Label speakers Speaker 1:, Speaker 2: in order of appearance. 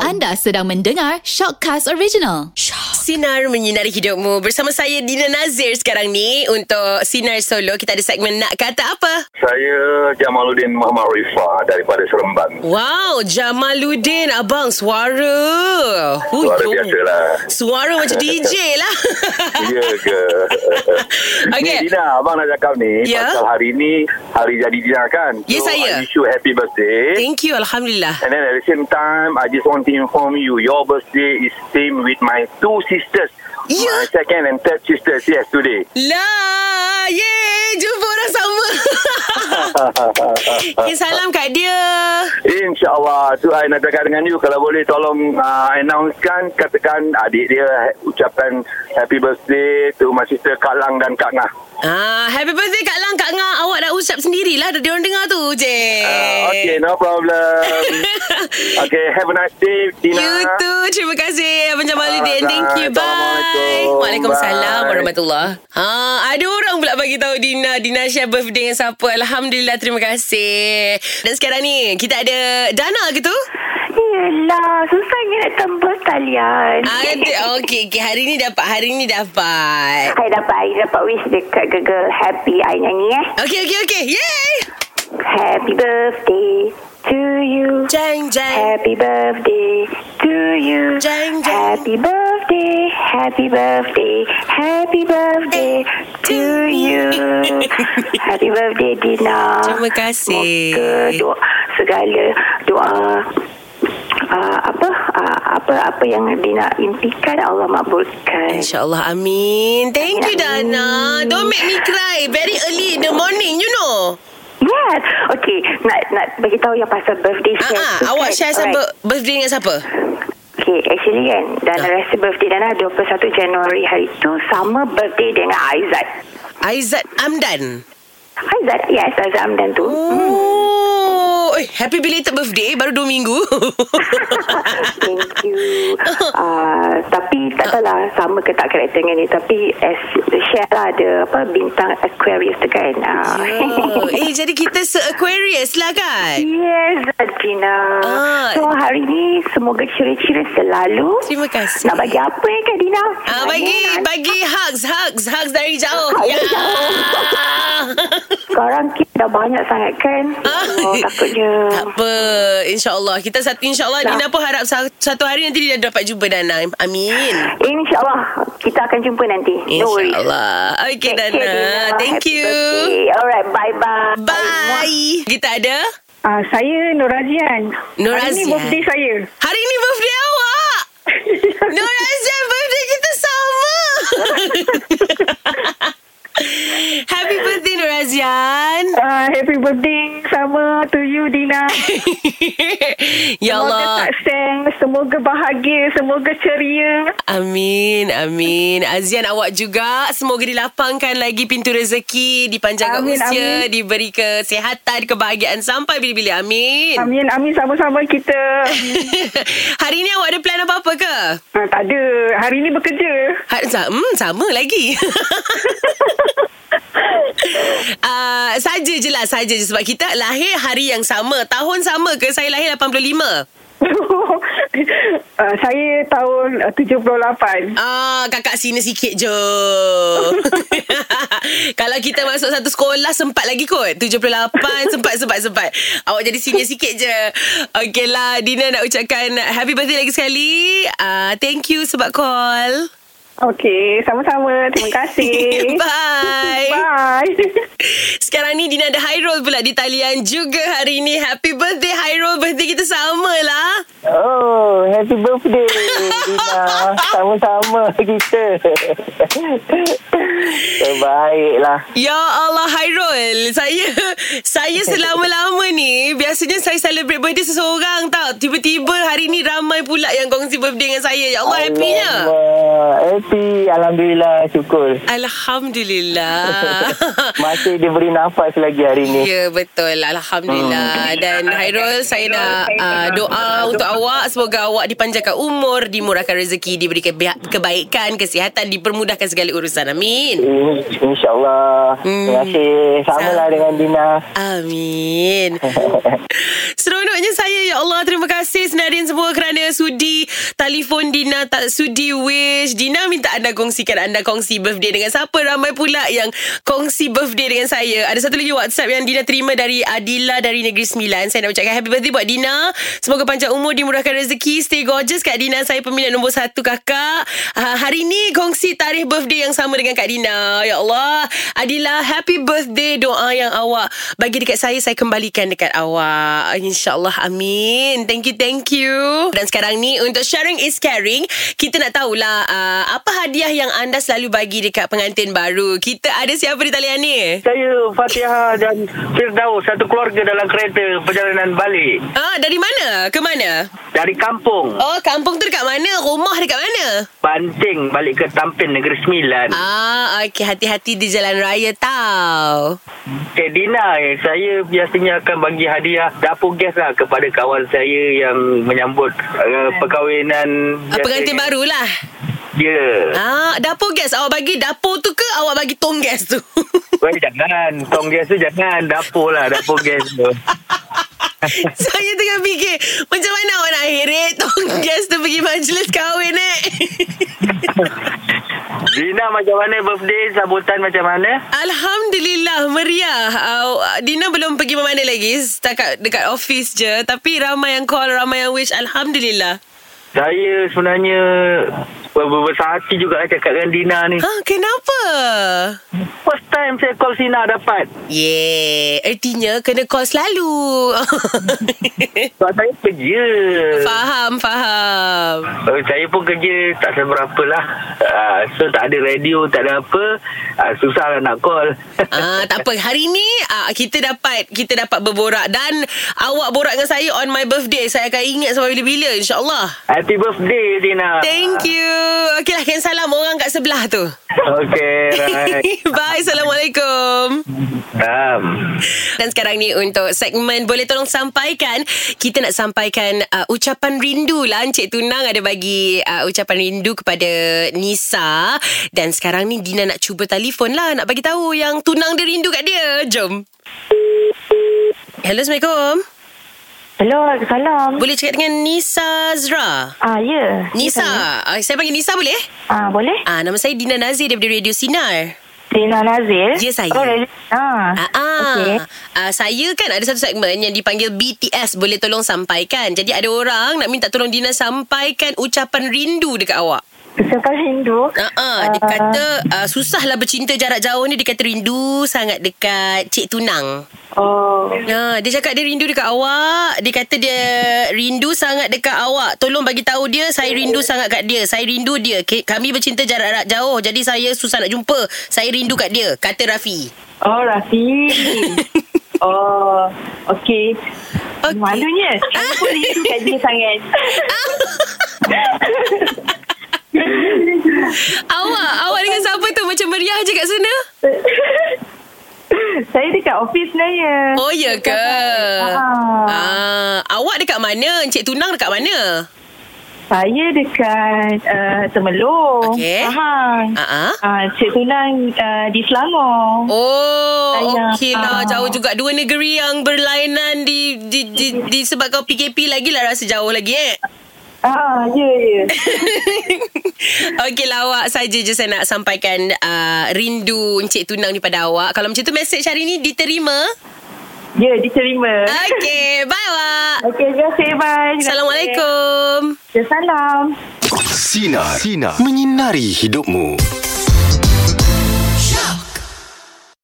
Speaker 1: Anda sedang mendengar Shockcast Original.
Speaker 2: Sinar menyinari hidupmu bersama saya Dina Nazir sekarang ni untuk Sinar Solo kita ada segmen nak kata apa?
Speaker 3: Saya Jamaluddin Muhammad Rifah daripada Seremban.
Speaker 2: Wow, Jamaluddin abang suara. Huyung.
Speaker 3: Suara biasa lah.
Speaker 2: Suara macam DJ lah.
Speaker 3: Ya ke?
Speaker 2: Okey.
Speaker 3: Ni Dina, abang nak cakap ni
Speaker 2: Ya.
Speaker 3: pasal hari ni hari jadi Dina kan?
Speaker 2: Ya, saya.
Speaker 3: I wish you happy birthday.
Speaker 2: Thank you alhamdulillah.
Speaker 3: And then at the same time, I just want to inform you, your birthday is same with my two sisters.
Speaker 2: Ya.
Speaker 3: My second and third sisters, yes, today.
Speaker 2: Lah, yeay, jumpa orang sama. okay, salam kat dia.
Speaker 3: InsyaAllah tu I nak cakap dengan you Kalau boleh tolong uh, Announcekan Katakan adik dia ha- Ucapkan Happy birthday To my sister Kak Lang dan Kak Ngah
Speaker 2: Ah, happy birthday Kak Lang, Kak Ngah. Awak dah ucap sendirilah. Dia orang dengar tu je.
Speaker 3: uh, Okay no problem Okay have a nice day Tina
Speaker 2: You too. Terima kasih Abang Jamaluddin.
Speaker 3: Alright.
Speaker 2: Thank you. Bye.
Speaker 3: Ah, Assalamualaikum.
Speaker 2: Waalaikumsalam
Speaker 3: Bye.
Speaker 2: warahmatullahi. Ha, ada orang pula bagi tahu Dina, Dina share birthday dengan siapa. Alhamdulillah, terima kasih. Dan sekarang ni kita ada Dana ke tu?
Speaker 4: Yelah, susahnya nak tembus talian.
Speaker 2: Ada. Ah, Okey, okey. Hari ni dapat, hari ni dapat.
Speaker 4: Saya dapat, I dapat wish dekat Google Happy. I nyanyi eh.
Speaker 2: Okey, okey, okey. Yay!
Speaker 4: Happy birthday to you.
Speaker 2: Jeng, jeng.
Speaker 4: Happy birthday to you.
Speaker 2: Jeng, jeng.
Speaker 4: Happy birthday, happy birthday, happy birthday to you. happy birthday, Dina.
Speaker 2: Terima kasih.
Speaker 4: Semoga doa, segala doa Uh, apa uh, apa apa yang Dina impikan Allah makbulkan.
Speaker 2: InsyaAllah amin Thank you
Speaker 4: Amin.
Speaker 2: Dana Don't make me cry Very early in the morning You know
Speaker 4: Yes. Okey, nak nak bagi tahu yang pasal birthday
Speaker 2: Ah,
Speaker 4: share.
Speaker 2: ah,
Speaker 4: tu
Speaker 2: Awak
Speaker 4: kan?
Speaker 2: share siapa Birthday dengan siapa
Speaker 4: Okay, actually kan Dana
Speaker 2: Ah.
Speaker 4: rasa birthday Dana 21 Januari hari tu sama birthday dengan Aizat.
Speaker 2: Aizat Amdan
Speaker 4: Aizat, yes, Aizat Amdan tu. Hmm.
Speaker 2: Oh, eh, happy belated birthday baru 2 minggu.
Speaker 4: Thank you. Uh, tapi tak tahulah sama ke tak karakter dengan ni. Tapi as share lah ada apa bintang Aquarius tu kan. Uh.
Speaker 2: oh, eh jadi kita se-Aquarius lah kan?
Speaker 4: Yes, Adina.
Speaker 2: Ah.
Speaker 4: So hari ni semoga cira-cira selalu.
Speaker 2: Terima kasih.
Speaker 4: Nak bagi apa eh Kak Dina?
Speaker 2: Ah, bagi
Speaker 4: Nak-
Speaker 2: bagi hugs, hugs, hugs dari jauh.
Speaker 4: Hugs
Speaker 2: Ya.
Speaker 4: dari Sekarang kita dah banyak sangat kan.
Speaker 2: Ah.
Speaker 4: Oh, takutnya.
Speaker 2: Tak apa, insyaAllah. Kita satu, insyaAllah
Speaker 4: Dah.
Speaker 2: Dina pun harap sa- satu hari nanti dia dapat jumpa Dana. Amin.
Speaker 4: Eh, InsyaAllah kita akan jumpa nanti. No worries.
Speaker 2: InsyaAllah. Okay,
Speaker 4: Take care,
Speaker 2: Dana.
Speaker 4: Dina.
Speaker 2: Thank
Speaker 4: Happy
Speaker 2: you.
Speaker 4: birthday. Alright, bye-bye.
Speaker 2: Bye. Kita ada
Speaker 5: Ah, saya Nur Azian.
Speaker 2: Nur
Speaker 5: Hari ni
Speaker 2: Azian.
Speaker 5: birthday saya.
Speaker 2: Hari ni birthday awak. Nur Azam birthday kita sama. Happy birthday Nur Azian.
Speaker 5: Ah, happy birthday sama to you Dina.
Speaker 2: ya
Speaker 5: Semoga
Speaker 2: Allah.
Speaker 5: tak seng, semoga bahagia, semoga ceria.
Speaker 2: Amin, amin. Azian awak juga semoga dilapangkan lagi pintu rezeki, dipanjangkan
Speaker 5: Amin,
Speaker 2: usia, diberi kesihatan, kebahagiaan sampai bila-bila. Amin.
Speaker 5: Amin amin sama-sama kita.
Speaker 2: Hari ni awak ada plan apa-apa ke?
Speaker 5: Ah, tak ada. Hari ni bekerja.
Speaker 2: Ha- sa- Hmm, sama lagi. uh, saja je lah, saja je. Sebab kita lahir hari yang sama. Tahun sama ke? Saya lahir 85.
Speaker 5: Ah, saya tahun ah, 78.
Speaker 2: Ah, kakak sini sikit je. Kalau kita masuk satu sekolah, sempat lagi kot. 78, sempat, sempat, sempat. Awak jadi sini sikit je. Okey lah, Dina nak ucapkan happy birthday lagi sekali. Uh, thank you sebab call.
Speaker 5: Okey, sama-sama. Terima kasih.
Speaker 2: Bye.
Speaker 5: Bye.
Speaker 2: Sekarang ni Dina ada Hairul pula di talian juga hari ni. Happy birthday Hairul. Birthday kita sama lah.
Speaker 6: Oh, happy birthday Dina. Sama-sama kita. Terbaiklah.
Speaker 2: Ya Allah Hairul. Saya saya selama-lama ni biasanya saya celebrate birthday seseorang tau. Tiba-tiba hari ni ramai pula yang kongsi birthday dengan saya. Ya Allah happy-nya.
Speaker 6: Alamak, Happy. Alhamdulillah, syukur.
Speaker 2: Alhamdulillah.
Speaker 6: Masih diberi nafas lagi hari ni. Hmm.
Speaker 2: Ya betul Alhamdulillah Dan Hairul Saya nak uh, doa Untuk awak Semoga awak dipanjangkan umur Dimurahkan rezeki Diberi keba- kebaikan Kesihatan Dipermudahkan segala urusan Amin
Speaker 6: In- Eh, InsyaAllah. Terima kasih. Samalah
Speaker 2: Hmm. Sama.
Speaker 6: dengan Dina.
Speaker 2: Amin Seronoknya saya Ya Allah Dina. Terima kasih Senarin semua kerana sudi telefon Dina tak sudi wish. Dina minta anda kongsikan anda kongsi birthday dengan siapa. Ramai pula yang kongsi birthday dengan saya. Ada satu lagi WhatsApp yang Dina terima dari Adila dari Negeri Sembilan. Saya nak ucapkan happy birthday buat Dina. Semoga panjang umur, dimurahkan rezeki. Stay gorgeous Kak Dina. Saya peminat nombor satu kakak. Ah, hari ni kongsi tarikh birthday yang sama dengan Kak Dina. Ya Allah. Adila, happy birthday. Doa yang awak bagi dekat saya, saya kembalikan dekat awak. InsyaAllah. Amin. Thank you, thank you. Dan sekarang ni untuk sharing is caring. Kita nak tahulah uh, apa hadiah yang anda selalu bagi dekat pengantin baru. Kita ada siapa di talian ni?
Speaker 7: Saya Fatihah dan Firdaus Satu keluarga dalam kereta Perjalanan balik
Speaker 2: Ah, dari mana? Ke mana?
Speaker 7: Dari kampung
Speaker 2: Oh, kampung tu dekat mana? Rumah dekat mana?
Speaker 7: Banting balik ke Tampin Negeri Sembilan
Speaker 2: Ah, okey hati-hati di jalan raya tau. Ah,
Speaker 7: Cik Dina eh, Saya biasanya akan bagi hadiah Dapur gas lah Kepada kawan saya Yang menyambut
Speaker 2: Kan.
Speaker 7: uh, Perkahwinan
Speaker 2: Ah, pengantin barulah.
Speaker 7: Ya
Speaker 2: Ah,
Speaker 7: yeah.
Speaker 2: dapur gas awak bagi dapur tu ke awak bagi tong gas tu?
Speaker 7: Weh jangan Tong gas tu jangan Dapur lah Dapur gas tu
Speaker 2: Saya tengah fikir Macam mana awak nak heret Tong gas tu pergi majlis kahwin eh
Speaker 7: Dina macam mana birthday Sambutan macam mana
Speaker 2: Alhamdulillah meriah uh, Dina belum pergi mana lagi Setakat dekat office je Tapi ramai yang call Ramai yang wish Alhamdulillah
Speaker 7: Saya sebenarnya ber- Berbesar hati juga nak cakap dengan Dina ni
Speaker 2: Ha kenapa?
Speaker 7: First time saya call Sina dapat
Speaker 2: Yeah Artinya kena call selalu
Speaker 7: Sebab saya kerja
Speaker 2: Faham Faham
Speaker 7: Eh, Saya pun kerja tak seberapa lah Ah, So tak ada radio Tak ada apa Ah, Susah lah nak call
Speaker 2: Ah, tak apa. Hari ni ah, kita dapat kita dapat berborak dan awak borak dengan saya on my birthday. Saya akan ingat sampai bila-bila insya-Allah.
Speaker 7: Happy birthday Sina
Speaker 2: Thank you. Okeylah, kirim salam orang kat sebelah tu.
Speaker 7: Okay right
Speaker 2: Bye. Assalamualaikum.
Speaker 7: um.
Speaker 2: Dan sekarang ni untuk segmen Boleh Tolong Sampaikan, kita nak sampaikan uh, ucapan rindu lah. Encik Tunang ada bagi uh, ucapan rindu kepada Nisa. Dan sekarang ni Dina nak cuba telefon lah. Nak bagi tahu yang Tunang dia rindu kat dia. Jom. Hello, Assalamualaikum.
Speaker 8: Hello, Waalaikumsalam.
Speaker 2: Boleh cakap dengan Nisa Zra?
Speaker 8: Ah, ya.
Speaker 2: Nisa. Uh, saya panggil Nisa boleh?
Speaker 8: Ah, boleh?
Speaker 2: Ah, nama saya Dina Nazir daripada Radio Sinar.
Speaker 8: Dina Nazir.
Speaker 2: Ya, saya.
Speaker 8: Oh, Dina. Ah.
Speaker 2: Ah, ah.
Speaker 8: Okey.
Speaker 2: Okay. ah, saya kan ada satu segmen yang dipanggil BTS boleh tolong sampaikan. Jadi ada orang nak minta tolong Dina sampaikan ucapan rindu dekat awak.
Speaker 8: Ucapan rindu.
Speaker 2: Ah, ah. dia kata ah, susahlah bercinta jarak jauh ni dia kata rindu sangat dekat Cik Tunang.
Speaker 8: Oh.
Speaker 2: Ya, dia cakap dia rindu dekat awak. Dia kata dia rindu sangat dekat awak. Tolong bagi tahu dia saya rindu sangat kat dia. Saya rindu dia. K- Kami bercinta jarak jauh jadi saya susah nak jumpa. Saya rindu kat dia. Kata Rafi.
Speaker 8: Oh, Rafi. oh, okey.
Speaker 2: Okey.
Speaker 8: Malunya. Saya pun rindu kat dia sangat.
Speaker 2: Awak, awak dengan siapa tu macam meriah je kat sana?
Speaker 8: saya dekat office sebenarnya.
Speaker 2: Oh ya ke? Ah, awak dekat mana? Encik Tunang dekat mana?
Speaker 8: Saya dekat uh, Temelung.
Speaker 2: Okey.
Speaker 8: Pahang.
Speaker 2: Ah. ah.
Speaker 8: Ah, Cik Tunang uh, di Selangor.
Speaker 2: Oh,
Speaker 8: Saya,
Speaker 2: okey lah.
Speaker 8: ah.
Speaker 2: Jauh juga. Dua negeri yang berlainan di, di, di, disebabkan PKP lagi lah rasa jauh lagi eh.
Speaker 8: Ah, ya, ya.
Speaker 2: Okey lah awak saja je saya nak sampaikan uh, rindu Encik Tunang ni pada awak. Kalau macam tu message hari ni diterima.
Speaker 8: Ya, diterima.
Speaker 2: Okey, bye awak.
Speaker 8: Okey, terima kasih. Bye. Ya,
Speaker 2: Assalamualaikum.
Speaker 8: Salam.
Speaker 9: Sinar. Sinar. Menyinari hidupmu.